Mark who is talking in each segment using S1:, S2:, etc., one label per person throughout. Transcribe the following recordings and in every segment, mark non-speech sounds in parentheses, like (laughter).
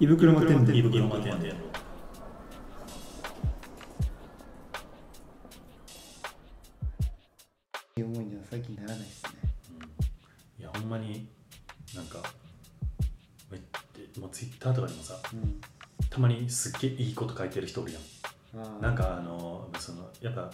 S1: 胃袋摩天
S2: 胃
S1: で
S2: 袋摩天でやろう
S3: 思いには最近ならないですね
S2: いやほんまになんかめっまあ、ツイッターとかでもさ
S3: うん
S2: たまにすっげえいいこと書いてる人おるやん
S3: あー
S2: なんかあのそのやっぱ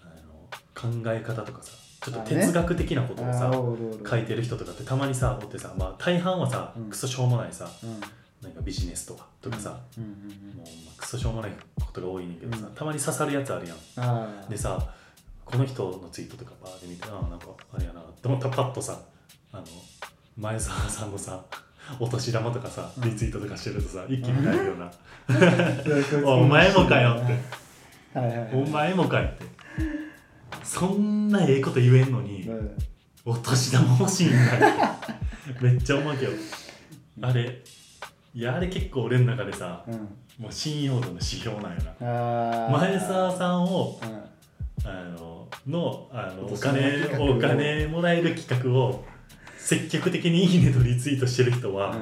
S2: あの考え方とかさちょっと哲学的なことを
S3: あ
S2: さ
S3: ーおるおる
S2: 書いてる人とかってたまにさおってさ、まあ、大半はさ、
S3: うん
S2: クソしょうもないさ
S3: うん
S2: なんかビジネスとかとかさ、
S3: うんうんう
S2: も
S3: ん
S2: うまあクソしょうもないことが多いねんけどさ、
S3: うん
S2: たまに刺さるやつあるやん
S3: ああ
S2: でさこの人のツイートとかバーで見てあーなんかあれやなと思ったらパッとさあの前澤さんのさお年玉とかさ
S3: うん
S2: リツイートとかしてるとさ一気になるような「
S3: お
S2: お前もかよ」って
S3: はいはいはい
S2: 「お前もかよ」ってそんなええこと言えんのに
S3: うん
S2: お年玉欲しいんだよめっちゃ思うけどあれいやあれ結構俺の中でさ
S3: うん
S2: もう信用度の指標なんやな
S3: ああ
S2: 前澤さんを
S3: んうん
S2: あののあのお
S3: 今年
S2: 金
S3: の企画を
S2: お金もらえる企画を積極的に「いいね」とリツイートしてる人は、
S3: あ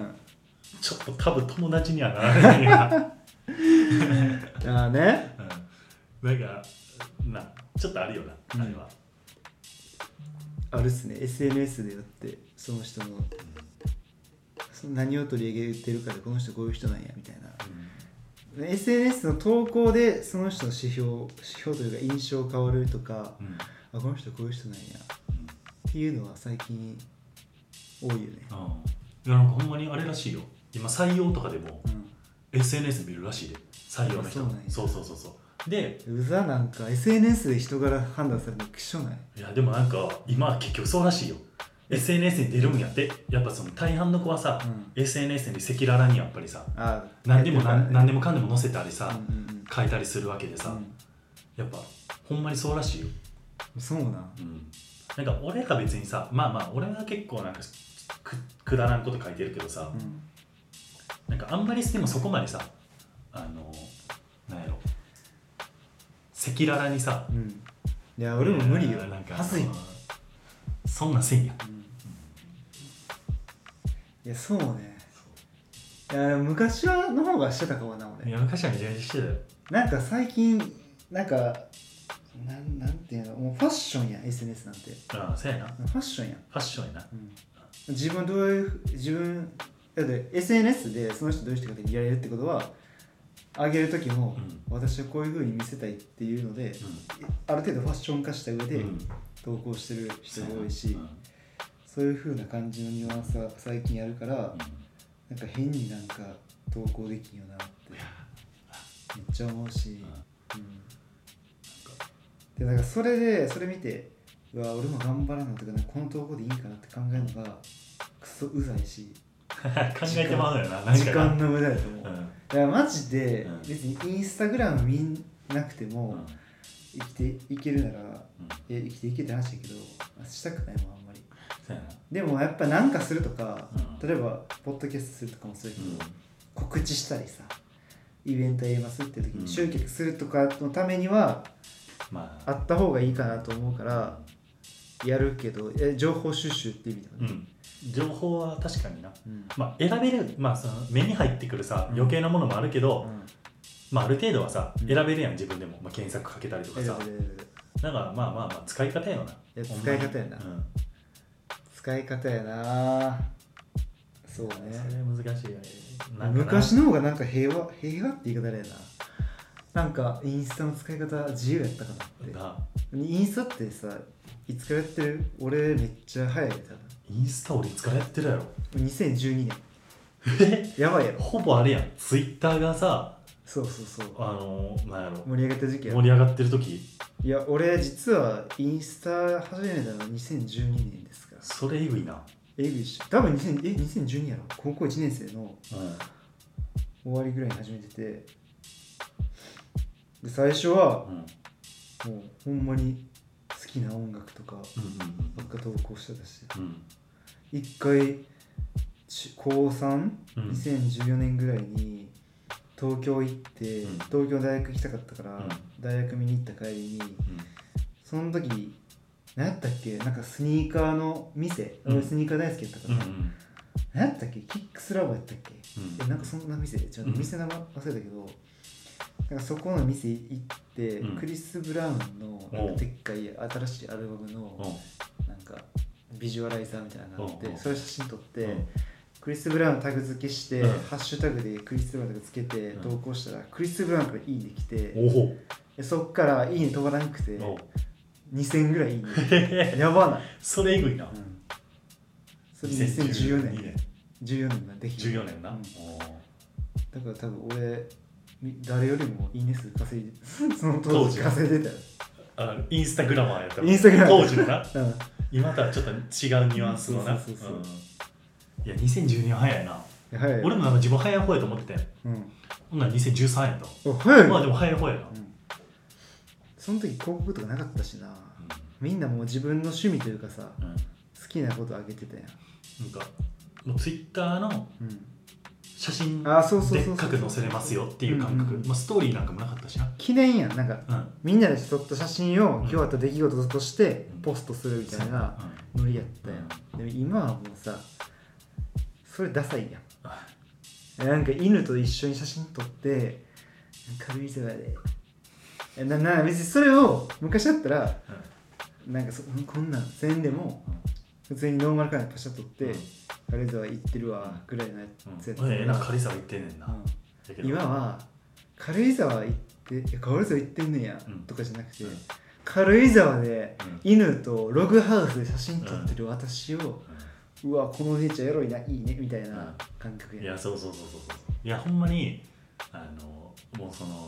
S2: ちょっと多分友達にはならないな、
S3: あね
S2: うん、なんかなちょっとあるよなあれは、
S3: あれっすね SNS でやってその人のその何を取り上げてるかでこの人こういう人なんやみたいなね SNS の投稿でその人の指標指標というか印象変わるとか
S2: うんうん
S3: あこの人こういう人なんやっていうのは最近多いよね
S2: うんいやなんかほんまにあれらしいよ今採用とかでも
S3: う
S2: SNS 見るらしいで採用の人
S3: あそうなんや
S2: そうそうそうそうで
S3: んうざなんか SNS で人柄判断されるのくしょない
S2: いやでもなんか今は結局そうらしいよ SNS に出るんやってやっぱその大半の子はさ、
S3: うん
S2: SNS に赤裸々にやっぱりさ
S3: あ
S2: 何でも何何で
S3: も
S2: もかんでも載せたりさ、
S3: うんうんうん
S2: 書いたりするわけでさ、やっぱほんまにそうらしいよ、
S3: うんそうなん
S2: なんか俺ら別にさまあまあ俺は結構なんかくくだらんこと書いてるけどさ、
S3: うん
S2: なんかあんまりでもそこまでさあのなんやろ赤裸々にさ
S3: うんいや俺も無理よ
S2: なんか
S3: 恥ずいもん
S2: そんなんせんやん
S3: うんいやそうねいや昔はの方がしてたかもな俺
S2: いや昔はめちゃめちゃしてたよ
S3: なんか最近なんかなんなんていうのもうファッションやん SNS なんて
S2: ああそうやなフ
S3: ファッションやん、
S2: ァッションやな
S3: うん自分どういう自分だって SNS でその人どういう人かで見られるってことはあげる時も、
S2: うん
S3: 私はこういうふうに見せたいっていうので、ある程度ファッション化した上で
S2: うん
S3: 投稿してる人が多いし、
S2: うん
S3: そういうふうな感じのニュアンスは最近あるから、なんか変になんか投稿できんよなってめっちゃ思うし、うん、でなんかそれでそれ見てうわ俺も頑張らないとかなんかこの投稿でいいかなって考えるのがクソうざいし
S2: (laughs) 考えてまうのよな何
S3: 時
S2: かな
S3: 間の無駄やと思う、
S2: う
S3: だか
S2: ん
S3: らマジで
S2: うん
S3: 別にインスタグラム見なくて
S2: う
S3: も
S2: ん
S3: 生きていけるなら、
S2: うん
S3: え生きていけって話だけどしたくないもんあんまり
S2: そうやな
S3: でもやっぱなんかするとか、
S2: うん
S3: 例えばポッドキャストするとかもそうやけど、
S2: うん
S3: 告知したりさイベントやりますって時
S2: うん
S3: に集客するとかのためには
S2: ま
S3: あ
S2: あ
S3: った方がいいかなと思うからやるけどえ情報収集って意味だよ
S2: う
S3: ね、
S2: ん情報は確かにな
S3: うん
S2: まあ選べるまあその目に入ってくるさ
S3: うん
S2: 余計なものもあるけど
S3: うん
S2: まあある程度はさ
S3: うん
S2: 選べるやん自分でもまあ検索かけたりとか
S3: え
S2: さ
S3: だけど
S2: だからまあまあまあ使い方やよない
S3: や使い方やな
S2: うん
S3: 使い方やなそうね
S2: それ難しいよねなんかな
S3: 昔の方がなんか平和平和って言い方だよななんかインスタの使い方自由やったかなって
S2: な
S3: インスタってさいつからやってる俺めっちゃ早いで
S2: インスタ俺いつからやってるやろ
S3: 多分2012年
S2: え
S3: やばいやろ
S2: ほぼあれやんツイッターがさ
S3: そうそうそう
S2: あのなんやろ
S3: 盛り上げた時期や
S2: 盛り上がってる時
S3: いや俺実はインスタ始めたのは2012年ですから
S2: それえぐいな
S3: えぐいっしょ多分2000え2012やろ高校1年生の
S2: うん
S3: 終わりぐらいに始めててで最初は
S2: うん
S3: もうほんまに好きな音楽とか
S2: うん
S3: ばっか投稿してたし
S2: うん
S3: 一回ち高3
S2: うん
S3: 2014年ぐらいに東京行って、
S2: うん
S3: 東京大学行きたかったから、
S2: うん
S3: 大学見に行った帰りにその時何やったっけなんかスニーカーの店、
S2: うん
S3: 俺スニーカー大好きやったか
S2: うんう
S3: ら、
S2: ん
S3: 何やったっけキックスラボやったっけ
S2: うん
S3: えなんかそんな店でちょっと
S2: うん
S3: 店名前忘れたけど、なんかそこの店行って、
S2: うん
S3: クリス・ブラウンのなん
S2: お
S3: か
S2: う
S3: でっかい新しいアルバムのなんかビジュアライザーみたいなのがあっ
S2: おうお
S3: て
S2: う
S3: それ写真撮って、
S2: うん
S3: クリス・ブラウンタグ付けして、
S2: うん
S3: ハッシュタグでクリス・ブラウンタグつけて
S2: うん
S3: 投稿したら、クリス・ブラウンからいいね来
S2: お
S3: て、
S2: お
S3: でそっからいいね飛ばなくて
S2: おお
S3: 2000ぐら
S2: (laughs)
S3: いいいねやばない、
S2: それえぐいな、
S3: うんそれ2014年14年なでき
S2: 14年な、
S3: うん
S2: おー
S3: だから多分俺み誰よりもいいね数稼いで (laughs) その
S2: 当
S3: 当時
S2: 時
S3: 稼いでたよ
S2: あインスタグラマーやったもん
S3: インスタグラマー
S2: 当時のな
S3: うん
S2: 今とはちょっと違うニュアンスのな
S3: そうそうそうそ
S2: うんいや2012年早いな
S3: で早い
S2: 俺もなんか自分早い方やと思ってて
S3: うん
S2: ほんなら2013やと
S3: お早い
S2: まあでも早い方やな、
S3: うんその時広告とかなかったしなみんなもう自分の趣味というかさ
S2: うんうん
S3: 好きなことあげてたやん
S2: なんかもうツイッターの
S3: うん
S2: 写真で
S3: あそうそうそうそう
S2: っかく載せれますよっていう感覚、
S3: うんうん
S2: まあ、ストーリーなんかもなかったしな、
S3: 記念やんなんか
S2: うん、
S3: みんなで撮った写真を
S2: ん
S3: 今日あった出来事として
S2: うん
S3: ポストするみたいな
S2: うん
S3: ノリやったやんでも今はもうさそれダサいやん
S2: あ
S3: なんか犬と一緒に写真撮って軽い世代でいやなな別にそれを昔だったらなんかそこんなんせんでも普通にノーマルカメラでパシャ撮って、
S2: うん
S3: 軽井沢行ってるわぐらいのや
S2: うん
S3: つやった
S2: うんええな
S3: ら
S2: 軽井沢行ってんねんな、
S3: うん
S2: だけど
S3: 今は軽井沢行っていや軽井沢行ってんねんや、
S2: うん
S3: とかじゃなくて、
S2: うん
S3: 軽井沢で
S2: うん
S3: 犬とログハウスで写真撮ってる私を、
S2: う
S3: うわこのお姉ちゃんエロいないいねみたいな感覚
S2: ん
S3: や
S2: いやそうそうそうそうそういやほんまにあのもうその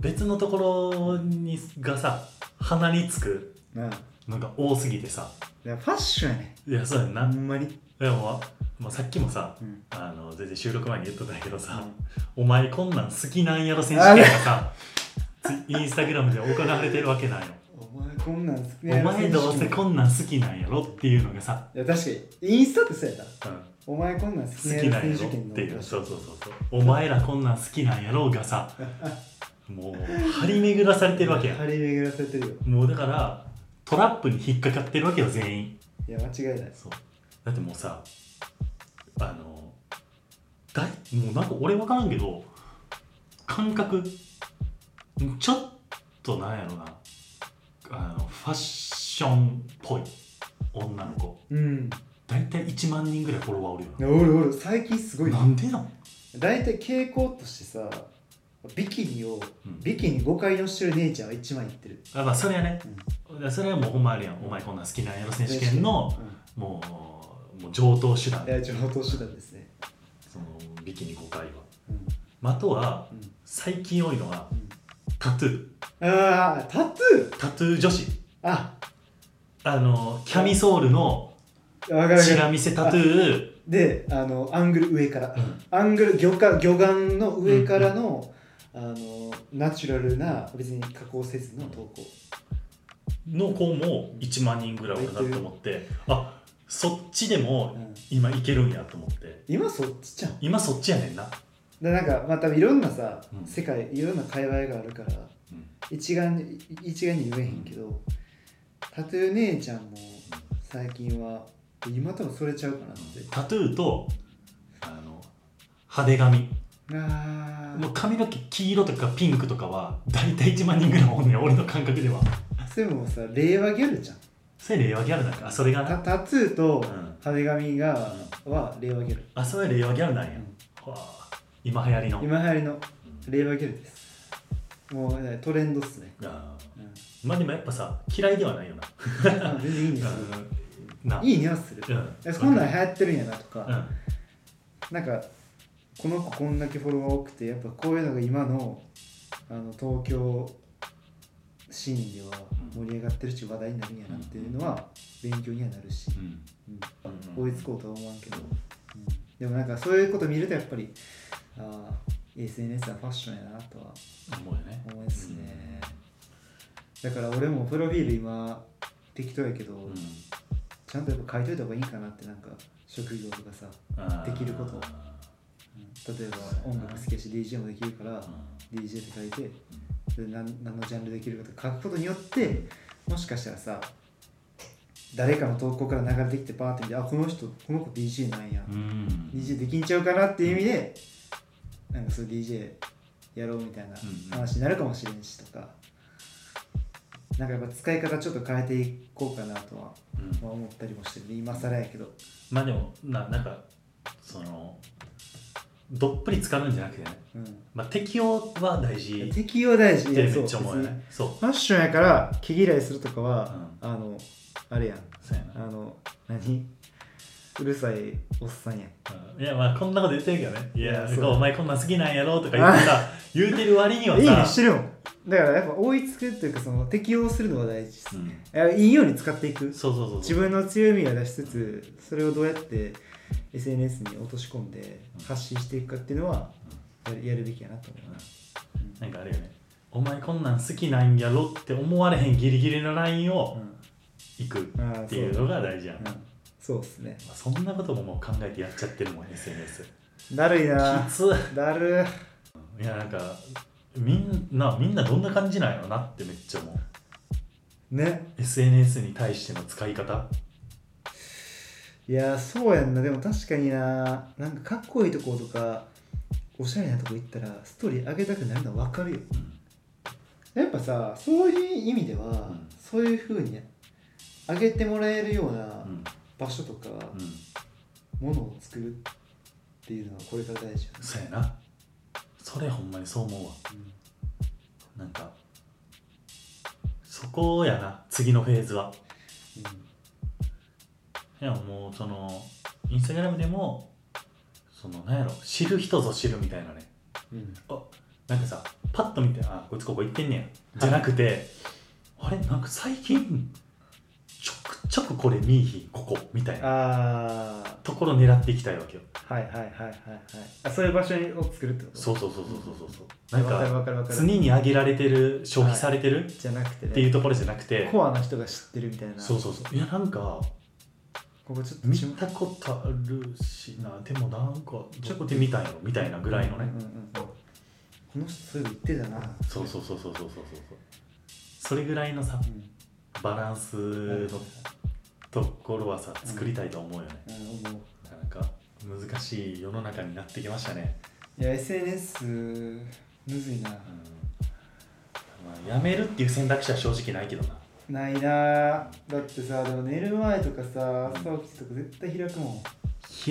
S2: 別のところにがさ鼻につく
S3: なあ
S2: のが多すぎてさ
S3: いやファッションやね
S2: いやそうやん
S3: あ
S2: な、
S3: んまり、
S2: でも、まあ、さっきもさ
S3: うん
S2: あの全然収録前に言っとったんやけど
S3: う
S2: さ
S3: ん、
S2: お前こんなん好きなんやろ選手権がさツイインスタグラムで行われてるわけなんよ
S3: お前こんなん好き
S2: お前どうせ
S3: ん
S2: こんなん好きなんやろっていうのがさ、
S3: いや確かにインスタってそうやな
S2: うん、
S3: お前こんなん好き
S2: 好き
S3: な
S2: な
S3: 選
S2: んや
S3: 手
S2: ろっ
S3: 権の
S2: ていうそうそうそうそうお前らこんなん好きなんやろがさもう張り巡らされてるわけや
S3: 張り巡らされてるよ
S2: もうだからトラップに引っかかってるわけよ全員
S3: いや間違いない
S2: そうだってもうさあのだいもうなんか俺分からんけど感覚ちょっとなんやろなあのファッションっぽい女の子
S3: うん
S2: 大体1万人ぐらいフォロワーおるよ
S3: いやおるおる最近すごい
S2: な
S3: よ
S2: なんでなん
S3: 大体傾向としてさビキニを
S2: うん
S3: ビキニ5回押してる姉ちゃんは1万いってる
S2: あまあそれはね、それはもうほんまあるやんお前こんなん好きなんやろ選手権の、もうもう上等手段
S3: うんいや情報手段ですね
S2: そのビキニ5回は
S3: うん
S2: あとは
S3: うん
S2: 最近多いのは
S3: うん
S2: タトゥー
S3: ああタトゥー
S2: タトゥー女子
S3: あ
S2: あのキャミソールの
S3: 分かる分
S2: チ
S3: かる
S2: ラ見せタトゥ
S3: であのアングル上から
S2: ー、うん
S3: アングル魚眼魚眼の上からの,、あのナチュラルな別に加工せずの投稿
S2: の子も1万人ぐらいかなと思ってあそっちでも
S3: うん
S2: 今いけるんやと思って
S3: 今そっちじゃん
S2: 今そっちやねんな、
S3: でなんかまたいろんなさ、
S2: うん
S3: 世界いろんな界隈があるから
S2: うん
S3: 一概に一概に言えへんけど、タトゥー姉ちゃんも最近は今多分それちゃうかなって、
S2: タトゥーとあの派手髪
S3: あ
S2: もう髪の毛黄色とかピンクとかは大体1万人ぐらいおんねん俺の感覚では
S3: あそれもさ令和ギャルじゃん
S2: それ令和ギャルなんかあそれが
S3: タ
S2: な
S3: タトゥーと
S2: うん
S3: 派手髪が、は令和ギャル
S2: あそれ令和ギャルなんや、わあ今流行りの
S3: 今流行りの令和ギャルですもうねトレンドっすね、
S2: あ
S3: うん
S2: ーまあでもやっぱさ嫌いではないよな
S3: あ全然いいんですよ
S2: うんない
S3: いニュアンスする
S2: うん
S3: えこんなん流行ってるんやなとか、
S2: うん
S3: なんかこの子こんだけフォロワー多くてやっぱこういうのが今のあの東京シーンでは
S2: うん
S3: 盛り上がってるし話題になるんやなっていうのは勉強にはなるし、うん
S2: うん
S3: 追いつこうとは思わんけど、うんでもなんかそういうこと見るとやっぱりあー SNS はファッションやなとは
S2: 思うよね
S3: 思いますね、だから俺もプロフィール今適当やけど、
S2: うん
S3: ちゃんとやっぱ書いといた方がいいかなってなんか職業とかさ、
S2: あー
S3: できること例えば音楽好きやし DJ もできるから、DJ って書いてで何何のジャンルできるかとか書くことによってもしかしたらさ誰かの投稿から流れてきてパーって見てあこの人この子 DJ なんや、
S2: うん
S3: DJ できんちゃうかなっていう意味で、なんかそう DJ やろうみたいな話になるかもしれんしとか、なんかやっぱ使い方ちょっと変えていこうかなとは
S2: うん
S3: まあ思ったりもしてる今更やけど
S2: まあでもななんかそのどっぷり使うんじゃなくてね、
S3: うん
S2: まあ、適応は大事って
S3: 適用大事いや
S2: め
S3: そ
S2: っ
S3: う
S2: ちゃ思うよ
S3: 別に
S2: ねそう
S3: ファッションやから毛嫌いするとかは、あのあれやん
S2: そうやな
S3: あの何うるさいおっさんやん
S2: うんいやまあこんなこと言ってるけどねい
S3: い
S2: や
S3: や
S2: なんか
S3: そう
S2: お前こんなん好きなんやろとか言って
S3: (laughs)
S2: さ言うてる割にはい
S3: いね
S2: さ
S3: してるもんだからやっぱ追いつくっていうかその適用するのは大事です、
S2: うん
S3: いやいいように使っていく
S2: そうそうそう
S3: 自
S2: そう
S3: 分の強みは出しつつそれをどうやって SNS に落とし込んで発信していくかっていうのはやるやるべきやなと思います、
S2: うんなんかあれよねお前こんなん好きなんやろって思われへんギリギリのライン
S3: う
S2: を
S3: ん
S2: 行くっ
S3: あー
S2: ていうのが大事やん、
S3: そう,、うん、そうっすね
S2: まあそんなことももう考えてやっちゃってるもん SNS き
S3: だるいな
S2: つ
S3: だる
S2: いやなんかみんなみんなどんな感じなんやろなってめっちゃ思う
S3: ね
S2: SNS に対しての使い方
S3: いやーそうやんなでも確かにななんかかっこいいとことかおしゃれなとこ行ったらストーリー上げたくなるの分かるよやっぱさそういう意味では、
S2: ん
S3: そういうふうに上げてもらえるような
S2: うん
S3: 場所とか、
S2: うん、う
S3: も
S2: ん、
S3: のを作るっていうのはこれから大事よね
S2: そうやなそれほんまにそう思うわなんかそこやな次のフェーズはでももうそのインスタグラムでもそのなんやろ知る人ぞ知るみたいなね
S3: うんうん
S2: あなんかさパッと見てあこいつここ行ってんねやじゃなくて、あれなんか最近ちょくちょくこれ見いひんここみたいな
S3: ああ
S2: ところ狙っていきたいわけよ
S3: はいはいはいはいはいあそういう場所を作るってこと
S2: そううそうそうそうそうそう
S3: な
S2: なんん
S3: かる
S2: か
S3: わかるわかる
S2: 常に上げられてる消費されてる、
S3: じゃなくてね
S2: っていうところじゃなくて
S3: コアな人が知ってるみたいな
S2: そうそうそういやなんか
S3: ここちょっと
S2: 見
S3: 注目
S2: たことあるしなでもなんかちょっと見たんやろみたいなぐらいのね、
S3: うんうんうんこの人そういうの言ってたな
S2: そうそうそうそうそうそうそうそうそれぐらいのさ
S3: うん
S2: バランスのところはさ作りたいと思うよね、
S3: うん思う
S2: なかなか難しい世の中になってきましたね、
S3: いや SNS むずいな
S2: うんまあ、やめるっていう選択肢は正直ないけどな
S3: ないなだってさでも寝る前とかさ朝起きてとか絶対開くもん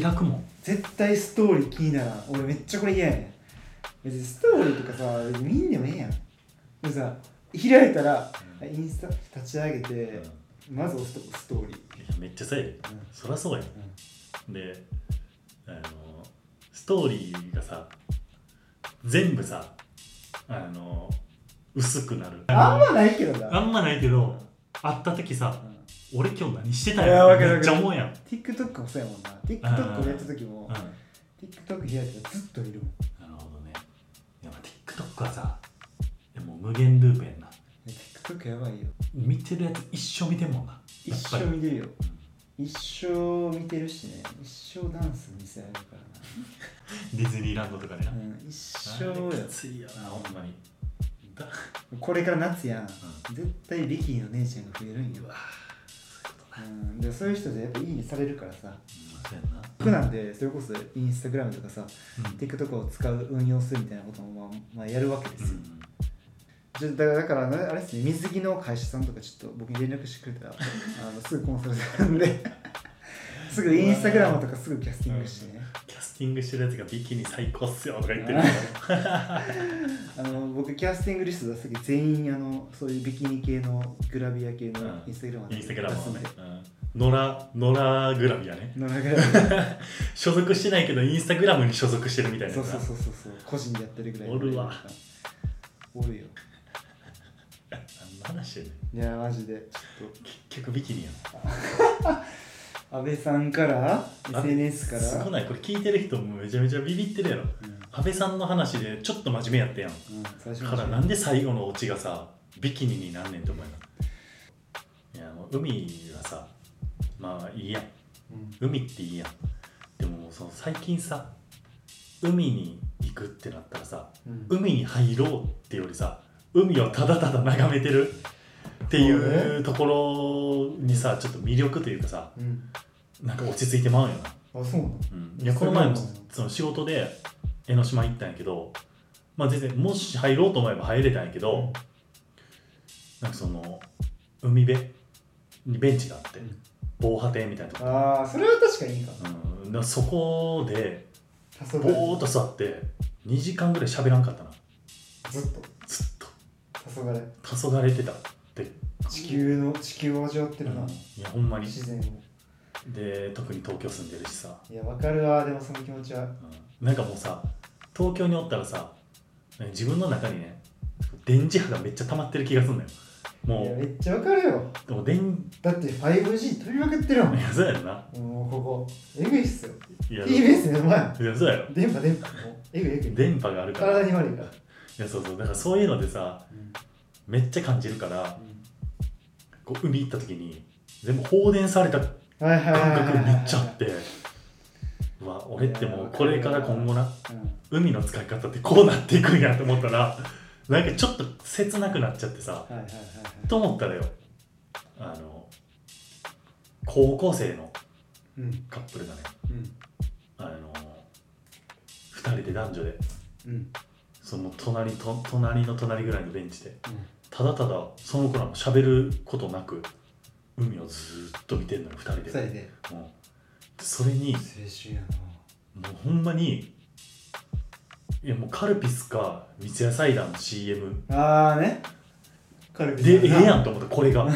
S2: 開くもん
S3: 絶対ストーリー気にならん俺めっちゃこれ嫌やねん別にストーリーとかさ別に見んでもええやんでもさ開いたら
S2: うん
S3: インスタ立ち上げて
S2: うん
S3: まず押すとこストーリー
S2: いやめっちゃそうやで
S3: うん
S2: そりゃそうやであのストーリーがさ全部さあの薄くなる
S3: あんまないけど
S2: あ
S3: なん
S2: まないけど会った時さ
S3: うん
S2: 俺今日何してたん
S3: いや
S2: や
S3: わ
S2: ろ
S3: かるわかる
S2: めっちゃ思うやん、うん
S3: TikTok もそうやもんな TikTok をやった時も TikTok 開いたらずっといるもん
S2: なるほどねいやまあ TikTok はさでも無限ループやんな
S3: TikTok やばいよ
S2: 見てるやつ一生見てんもんな
S3: 一
S2: やっ
S3: 生
S2: ぱり
S3: 見てるよ一生見てるしね一生ダンス見せられるから
S2: ディズニーランドとかでな、
S3: な、うん、一生よ
S2: あれきついよなほんまにだ
S3: これから夏やん、
S2: う
S3: 絶対リキーの姉ちゃんが増えるんよ
S2: うわそういうことな、
S3: うん、でそういう人でやっぱいいねされるからさ
S2: うん、そうやんな
S3: 僕なんでそれこそインスタグラムとかさ
S2: うん
S3: TikTok を使う運用するみたいなことも、まあまあ、やるわけで
S2: う
S3: すよ、
S2: ん
S3: じゃだからだからねあれですね水着の会社さんとかちょっと僕に連絡してくれたらあのすぐコンサルするんで (laughs) すぐインスタグラムとかすぐキャスティングしてね、
S2: キャスティングしてるやつがビキニ最高っすよとか言ってる
S3: あの僕キャスティングリスト出す時全員あのそういうビキニ系のグラビア系のインスタグラム
S2: (laughs) インスタグラム
S3: 出
S2: はね
S3: すんで、
S2: うん、ノラノラグラビアね
S3: 野良グラ
S2: (laughs)
S3: ビア
S2: 所属してないけどインスタグラムに所属してるみたいな
S3: そ
S2: や
S3: う
S2: つな
S3: そうそうそうそう個人でやってるぐらいの
S2: おるわ
S3: おるよ
S2: 何の話やねん
S3: いやマジでちょっ
S2: 結局ビキニやな
S3: と安倍さんから
S2: あ
S3: SNS から
S2: すごないこれ聞いてる人もめちゃめちゃビビってるやろ
S3: うん
S2: 安倍さんの話でちょっと真面目やったやん
S3: うん、最初
S2: からなんで最後のオチがさビキニになんねんって思いないやもう海はさまあいいやん
S3: うん
S2: 海っていいやんでももうその最近さ海に行くってなったらさ
S3: うん
S2: 海に入ろうってよりさ海をただただ眺めてるっていうところにさちょっと魅力というかさ
S3: うん
S2: なんか落ち着いてまうよな、
S3: あそうなの
S2: うん、いやこの前もその仕事で江ノ島行ったんやけど、まあ、全然もし入ろうと思えば入れたんやけど、なんかその海辺にベンチがあって
S3: うん
S2: 防波堤みたいなとこ、
S3: ああそれは確かにいいか
S2: うん、だからそこで
S3: 黄昏
S2: ぼーっと座って2時間ぐらい喋らんかったな
S3: ずっと
S2: ずっと
S3: 黄昏
S2: 黄昏れてたって
S3: 地球の地球を味わってるな、
S2: うんいやほんまに
S3: 自然を
S2: で特に東京住んでるしさ、
S3: いやわかるわでもその気持ちは
S2: うん、なんかもうさ東京におったらさ自分の中にね電磁波がめっちゃ溜まってる気がするんだよ
S3: いや
S2: も
S3: めっちゃわかるよ
S2: うでも電 (laughs)
S3: だって 5G 飛びまくってるもん
S2: いやそうやろな
S3: もうここえぐいっすよ
S2: いや
S3: TBS 目の前
S2: いやそうやろ
S3: 電波電波もうえぐいえぐい
S2: 電波があるから
S3: 体
S2: い
S3: に悪いから、
S2: やそうそうだからそういうのでさめっちゃ感じるからこう海行った時に全部放電された感
S3: はいはいはいはい
S2: 覚
S3: はい
S2: めっちゃあってうわ俺ってもうこれから今後な
S3: うん
S2: 海の使い方ってこうなっていくんやと思ったらなんかちょっと切なくなっちゃってさ
S3: はいはいはいはい
S2: と思ったらよあの高校生の
S3: うん
S2: カップルがね
S3: うん
S2: あの2人で男女で
S3: うん
S2: その隣と隣の隣ぐらいのベンチでただただその子らも喋ることなく海をずーっと見てんのよ2人
S3: 2
S2: で
S3: 人で
S2: うんそれにも
S3: 青春やな
S2: うほんまにいやもうカルピスか三ツ矢サイダーの CM
S3: ああねカルビ
S2: でええや
S3: ん
S2: んと思ってこれ
S3: (laughs)
S2: がも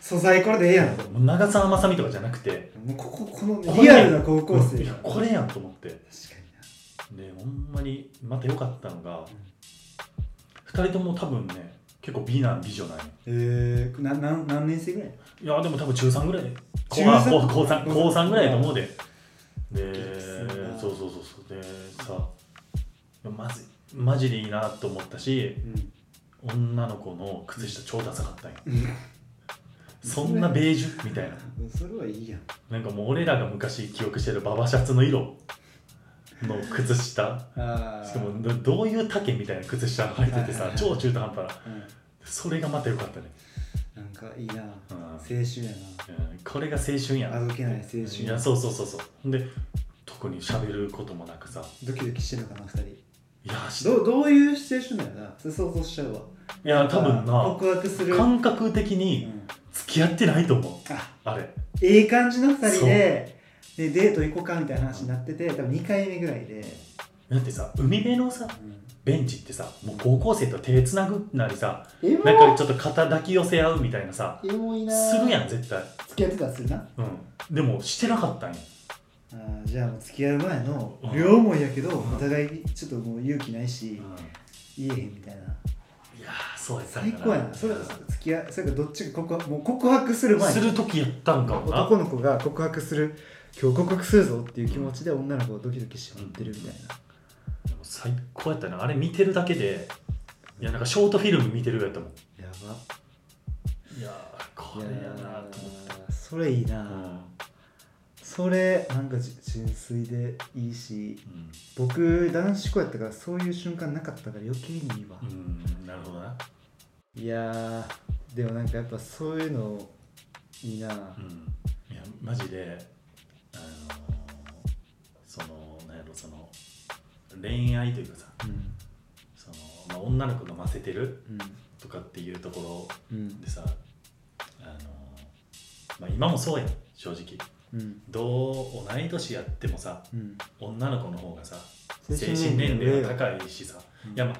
S3: 素材これでええやん
S2: う長澤まさみとかじゃなくて
S3: もうこここの
S2: これ
S3: リアルな高校生
S2: いや
S3: が確か
S2: これやんと思って
S3: にな
S2: でほんまにまた良かったのが
S3: ん
S2: 2人とも多分ね結構美男美女なんよ
S3: えー、ななん何年生ぐらい
S2: いやでも多分中3ぐらい高
S3: 中三
S2: 高高三
S3: 高三
S2: 高三ぐらいだと思うでで
S3: 激戦だ
S2: そうそうそうそうでさいやマジマジでいいなと思ったし
S3: うん
S2: 女の子の靴下超ダサかったんよ
S3: う
S2: そんなベージュみたいなん
S3: それはいいやん
S2: なんかもう俺らが昔記憶してるババシャツの色の靴下
S3: あー
S2: しかもどどういう丈みたいな靴下履いててさ
S3: はい
S2: 超中途半端な
S3: うん
S2: それがまた良かったね、
S3: なんかいいな
S2: うん
S3: 青春や
S2: うんこれが青春や
S3: なあどけない青春
S2: いやそうそうそうそうで特に喋ることもなくさ
S3: ドキドキしてるのかな二
S2: いやし
S3: 人どうどういうシチュエーションだよなそれ想像しちゃうわ
S2: いや多分
S3: あ
S2: な
S3: 告白する、うん、
S2: 感覚的に付き合ってないと思う
S3: あ
S2: あれ
S3: ええ感じの二人ででデート行こうかみたいな話になってて多分2回目ぐらいで、
S2: だってさ海辺のさ
S3: うん、
S2: ベンチってさもう高校生と手つなぐなりさ
S3: エモ
S2: なんかちょっと肩抱き寄せ合うみたいなさ
S3: エモいな
S2: するやん絶対
S3: 付き合ってたらするな
S2: うんでもしてなかったんや
S3: あーじゃあもう付き合う前の
S2: うん
S3: 両思いやけど、
S2: うん
S3: お互いちょっともう勇気ない
S2: い
S3: し、言えへんみたいない
S2: やーそうやったん
S3: 最高やなそれ付き合いそれかどっちか告白もう告白する前
S2: する時やったんかもな
S3: 男の子が告白する今日告白するぞっていう気持ちで女の子をドキドキして待ってるみたいな、
S2: でも最高やったなあれ見てるだけでいやなんかショートフィルム見てるやったもん
S3: や
S2: いやーこ
S3: ば
S2: れ
S3: い
S2: やなと思って
S3: やーそれいいな、それなんかじ純粋でいいし
S2: うん
S3: 僕男子校やったからそういう瞬間なかったから余計にいいわ、
S2: うんなるほどな、
S3: いやーでもなんかやっぱそういうのいいな、
S2: うん、いやマジであのーそのなんやろその恋愛というかさ
S3: うん
S2: その、まあ、女の子がませてる
S3: うん
S2: とかっていうとこ
S3: う
S2: ろ
S3: ん
S2: でさあのー、まあ、今もそうやん正直
S3: うん
S2: どう同い年やってもさ
S3: うん
S2: 女の子の方がさ
S3: 精
S2: 精
S3: 神
S2: 神
S3: 年
S2: 年齢
S3: 齢
S2: が
S3: が
S2: 高いしさ、
S3: うん
S2: いやま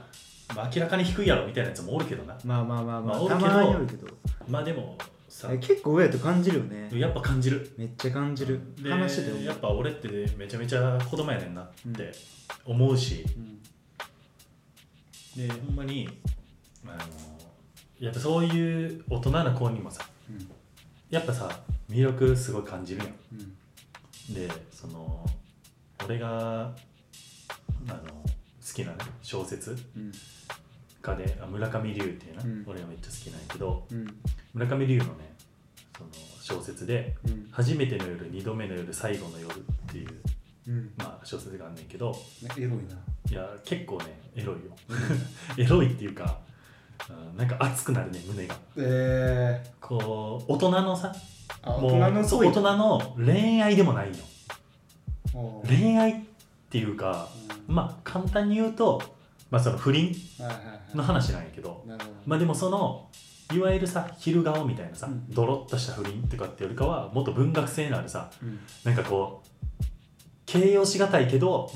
S2: あ、まあ明らかに低いやろみたいなやつもおるけどな
S3: まあまあまあまあ、
S2: まあ
S3: たまに
S2: おるけど
S3: あるけど
S2: まあでもさ
S3: え結構上やと感じるよね
S2: やっぱ感じる
S3: めっちゃ感じる
S2: で
S3: 話してて思う
S2: やっぱ俺ってめちゃめちゃ子供やねんなって思うし、
S3: うん
S2: でほんまにあのやっぱそういう大人な子にもさやっぱさ魅力すごい感じるやん
S3: うん
S2: でその俺があの好きな、ね、小説
S3: うん
S2: 家であ村上龍っていうな、
S3: うん
S2: 俺がめっちゃ好きなんやけど
S3: うん
S2: 村上龍のねその小説で
S3: うん
S2: 「初めての夜2度目の夜最後の夜」っていう、
S3: うん
S2: まあ、小説があんねんけど
S3: エロいない
S2: (laughs) や結構ねエロいよエロいっていうかうんなんか熱くなるね胸が
S3: ええ
S2: こう大人のさ
S3: あ
S2: も
S3: 大
S2: う
S3: 人の
S2: そう
S3: 恋
S2: 大人の恋愛でもないの
S3: おう
S2: 恋愛っていうか
S3: うん
S2: まあ簡単に言うと、まあ、その不倫
S3: はいはいはい
S2: の話なんやけど
S3: なるほど
S2: まあでもそのいわゆるさ昼顔みたいなさ、
S3: うん
S2: ドロッとした不倫とかってよりかはもっと文学性のあるさ
S3: うんうん
S2: なんかこう形容しがたいけど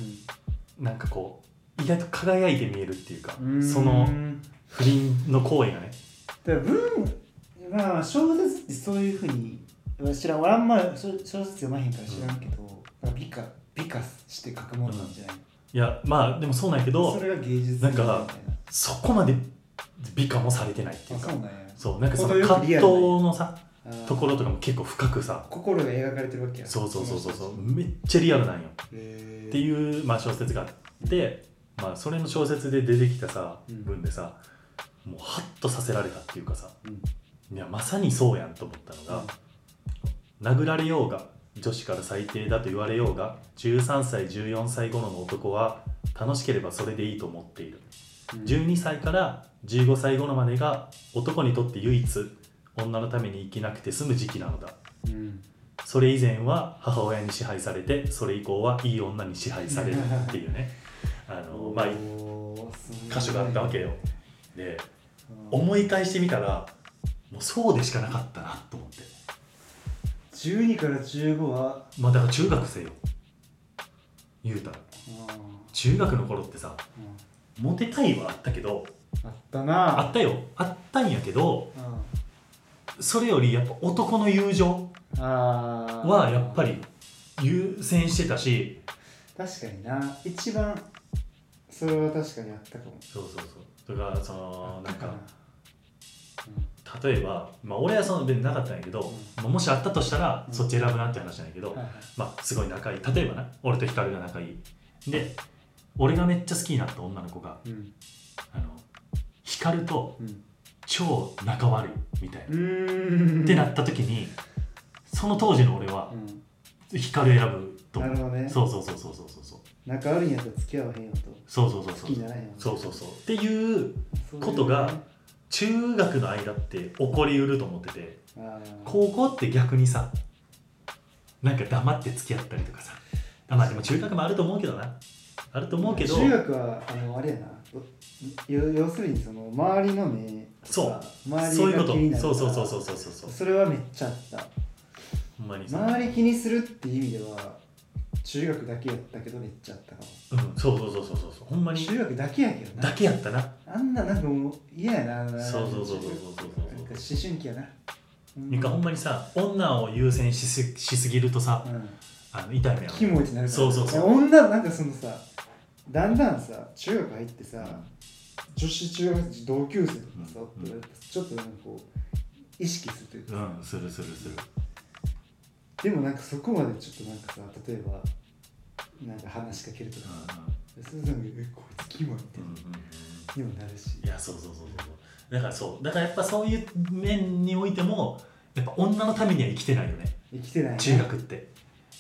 S2: なんかこう意外と輝いて見えるっていうか
S3: うん
S2: そうの
S3: ん
S2: 不倫の行為がね
S3: だから文まあ小説ってそういうふうに知らん俺あんま小小説読まへんから知らんけど、なんか美化美化して書くものなんじゃない、
S2: いやまあでもそうなんやけど
S3: それが芸術
S2: なんかそこまで美化もされてないって
S3: あ
S2: いう
S3: そ
S2: か
S3: うなんや
S2: そうなんかその
S3: 程よ
S2: 葛
S3: く
S2: 藤
S3: リアルな
S2: のさ
S3: あー
S2: ところとかも結構深くさ
S3: 心が描かれてるわけや
S2: そうそうそうそうそうめっちゃリアルなんよっ
S3: へー
S2: ていう、まあ、小説があって、まあ、それの小説で出てきたさ
S3: うん
S2: 文でさもうハッとさせられたっていうかさ
S3: うん
S2: いやまさにそうやんと思ったのが、殴られようが女子から最低だと言われようが13歳14歳頃の男は楽しければそれでいいと思っている
S3: うん
S2: 12歳から15歳頃までが男にとって唯一女のために生きなくて済む時期なのだ
S3: うん
S2: それ以前は母親に支配されてそれ以降はいい女に支配されるっていうね (laughs) あのまあ
S3: おーすごい
S2: 箇所があったわけよで
S3: うん
S2: 思い返してみたらもうそうでしかなかったなと思って
S3: 12から15は
S2: まあだから中学生よ言うたら
S3: うん
S2: 中学の頃ってさ
S3: うん
S2: モテたいはあったけど
S3: あったな
S2: あったよあったんやけど
S3: うん
S2: それよりやっぱ男の友情
S3: あー
S2: はやっぱり優先してたし
S3: 確かにな一番それは確かにあったかも
S2: そうそうそうだからそのなんか
S3: う
S2: 例えば、まあ、俺はその別になかったんやけど、
S3: う
S2: まあもしあったとしたら
S3: うん
S2: そっち選ぶなって話なんやけ
S3: ん
S2: ど、
S3: はいはい
S2: まあすごい仲いい例えばな俺と光が仲いいで俺がめっちゃ好きになった女の子が
S3: うん
S2: あの光と
S3: うん
S2: 超仲悪いみたいな、
S3: うーん
S2: ってなった時にその当時の俺は
S3: うん
S2: 光を選ぶと
S3: な
S2: 思
S3: る
S2: う、
S3: ほどね
S2: そうそうそうそうそうそうそう
S3: 仲悪いんやったら付き合わへんよと
S2: そうそうそう
S3: 好
S2: そ
S3: きに
S2: う
S3: ならへんよと
S2: そうそうそうっていう
S3: そういう
S2: ことが中学の間って起こりうると思ってて
S3: あー
S2: 高校って逆にさなんか黙って付き合ったりとかさあまあでも中学もあると思うけどなあると思うけど
S3: 中学はあのあれやなよ要するにその周りの目
S2: そうそう
S3: 周
S2: い
S3: り
S2: うこ
S3: が
S2: と
S3: 気になる
S2: そうそうそうそううそうそうそう
S3: それはめっちゃあった
S2: ほんまにそう
S3: 周り気にするっていう意味では中学だけやったけどめっちゃあったかも
S2: うんそうそうそうそうそうほんまに
S3: 中学だけやけど
S2: だ
S3: な
S2: けやったな
S3: あんななんかもう嫌やなあんな
S2: そうそうそうそうそうそうそう
S3: なんか思春期やな
S2: なんかほんまにさ女を優先しすしすぎるとさ
S3: うん
S2: あの痛い目あ
S3: キモいってなるから
S2: そうそうそう
S3: 女なんかそのさだんだんさ中学入ってさ、女子中学生同級生とかさ、
S2: うんうん
S3: ちょっとなんかこう意識するというか、
S2: うんするするする
S3: でもなんかそこまでちょっとなんかさ例えばなんか話しかけるとか、そういうのにえこいつキモいみた
S2: う
S3: い
S2: んうんうんう
S3: な、に
S2: ん
S3: もなるし
S2: いやそうそうそうそうそうだからそうだからやっぱそういう面においてもやっぱ女のためには生きてないよね
S3: 生きてないな
S2: 中学って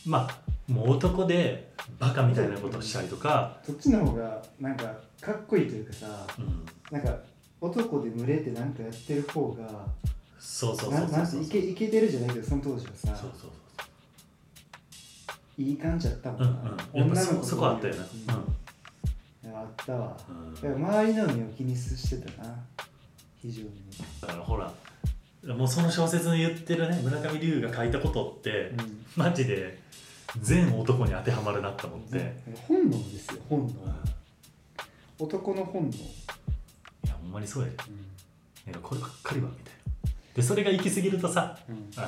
S2: まあもう男でバカみたいなことをしたりとか
S3: そっちの方がなんかかっこいいというかさ
S2: うん
S3: なんか男で群れてなんかやってる方が
S2: そうそう
S3: な
S2: そうそ
S3: な
S2: うん
S3: て
S2: そう
S3: いけいけてるじゃないけどその当時はさ
S2: そうそう
S3: いい感じだったもん
S2: そう
S3: な、
S2: うんうんやっぱ
S3: 女の
S2: そ
S3: 子
S2: そこあったよな
S3: うんあったわ、
S2: うんうん
S3: だから周りの目を気にしてたな非常に
S2: だからほらもうその小説の言ってるね村上龍が書いたことって
S3: うん
S2: マジで全男に当てはまるなって思って、
S3: 本能ですよ本能
S2: うん、
S3: 男の本能、
S2: いやほんまにそうやでなんかこればっかりはみたいなでそれが行き過ぎるとさ
S3: うん
S2: あ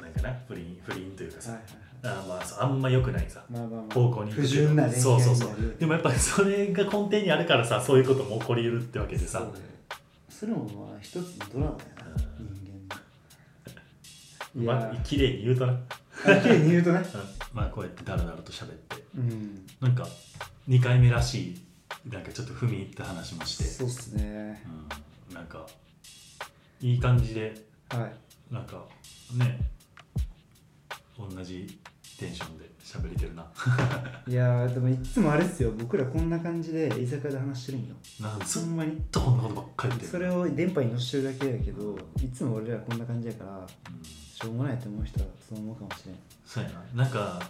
S2: のなんかな不倫不倫というか
S3: はい
S2: さ、
S3: はいはい
S2: あまあそうあんま良くないさ
S3: まあまあまあ
S2: 方向に行くけど
S3: 不純な恋愛になる
S2: そうそうそうでもやっぱりそれが根底にあるからさそういうことも起こりうるってわけでさ、
S3: そうだよそれもまあ一つのドラマやな
S2: う
S3: 人間のい
S2: (laughs) ま
S3: や
S2: あ、綺麗に言うとな、うん
S3: ーあ綺麗に言うとね
S2: まあこうやってダラダラと喋って
S3: うん
S2: なんか2回目らしいなんかちょっと踏み入った話もして
S3: そうっすね
S2: うん、なんかいい感じで
S3: はい
S2: なんかね同じテンションで喋れてるな (laughs)
S3: いやーでもいつもあれっすよ僕らこんな感じで居酒屋で話してるんよ
S2: なんか
S3: そ
S2: ずっ
S3: んまに
S2: とこんなことばっかり言って
S3: それ
S2: を、
S3: を電波に乗してるだけやけどいつも俺らこんな感じやから
S2: うん
S3: しょうもないと思う人はそう思うかもしれん
S2: そうやななんか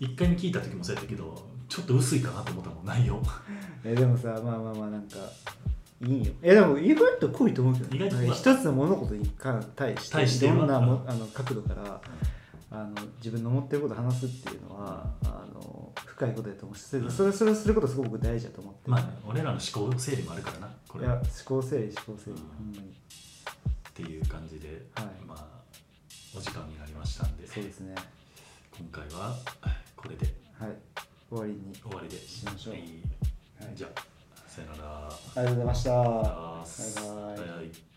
S2: 一回に聞いた時もそうやったけどちょっと薄いかなと思ったもん内容 (laughs)
S3: えでもさまあまあまあなんかいいんよえでも意外と濃いと思うけどね
S2: 意外と濃い
S3: なんか一つの物事に関対して
S2: 対して
S3: い
S2: は
S3: ろんなもあの角度からあの自分の持ってることを話すっていうのはあの深いことだと思うしそれ
S2: うん
S3: それそれをすることすごく大事だと思って、
S2: まあね俺らの思考整理もあるからなこ
S3: い
S2: れ
S3: や
S2: っ
S3: 思考整理思考整理、ほんまに
S2: ていう感じで、
S3: はい
S2: まあお時間になりましたんで
S3: そうですね
S2: 今回はこれで
S3: はい終わりに
S2: 終わりで
S3: しましょう
S2: はい
S3: はい
S2: じゃあさよなら
S3: ありがとうございました。
S2: バ
S3: バイバイ
S2: イバイ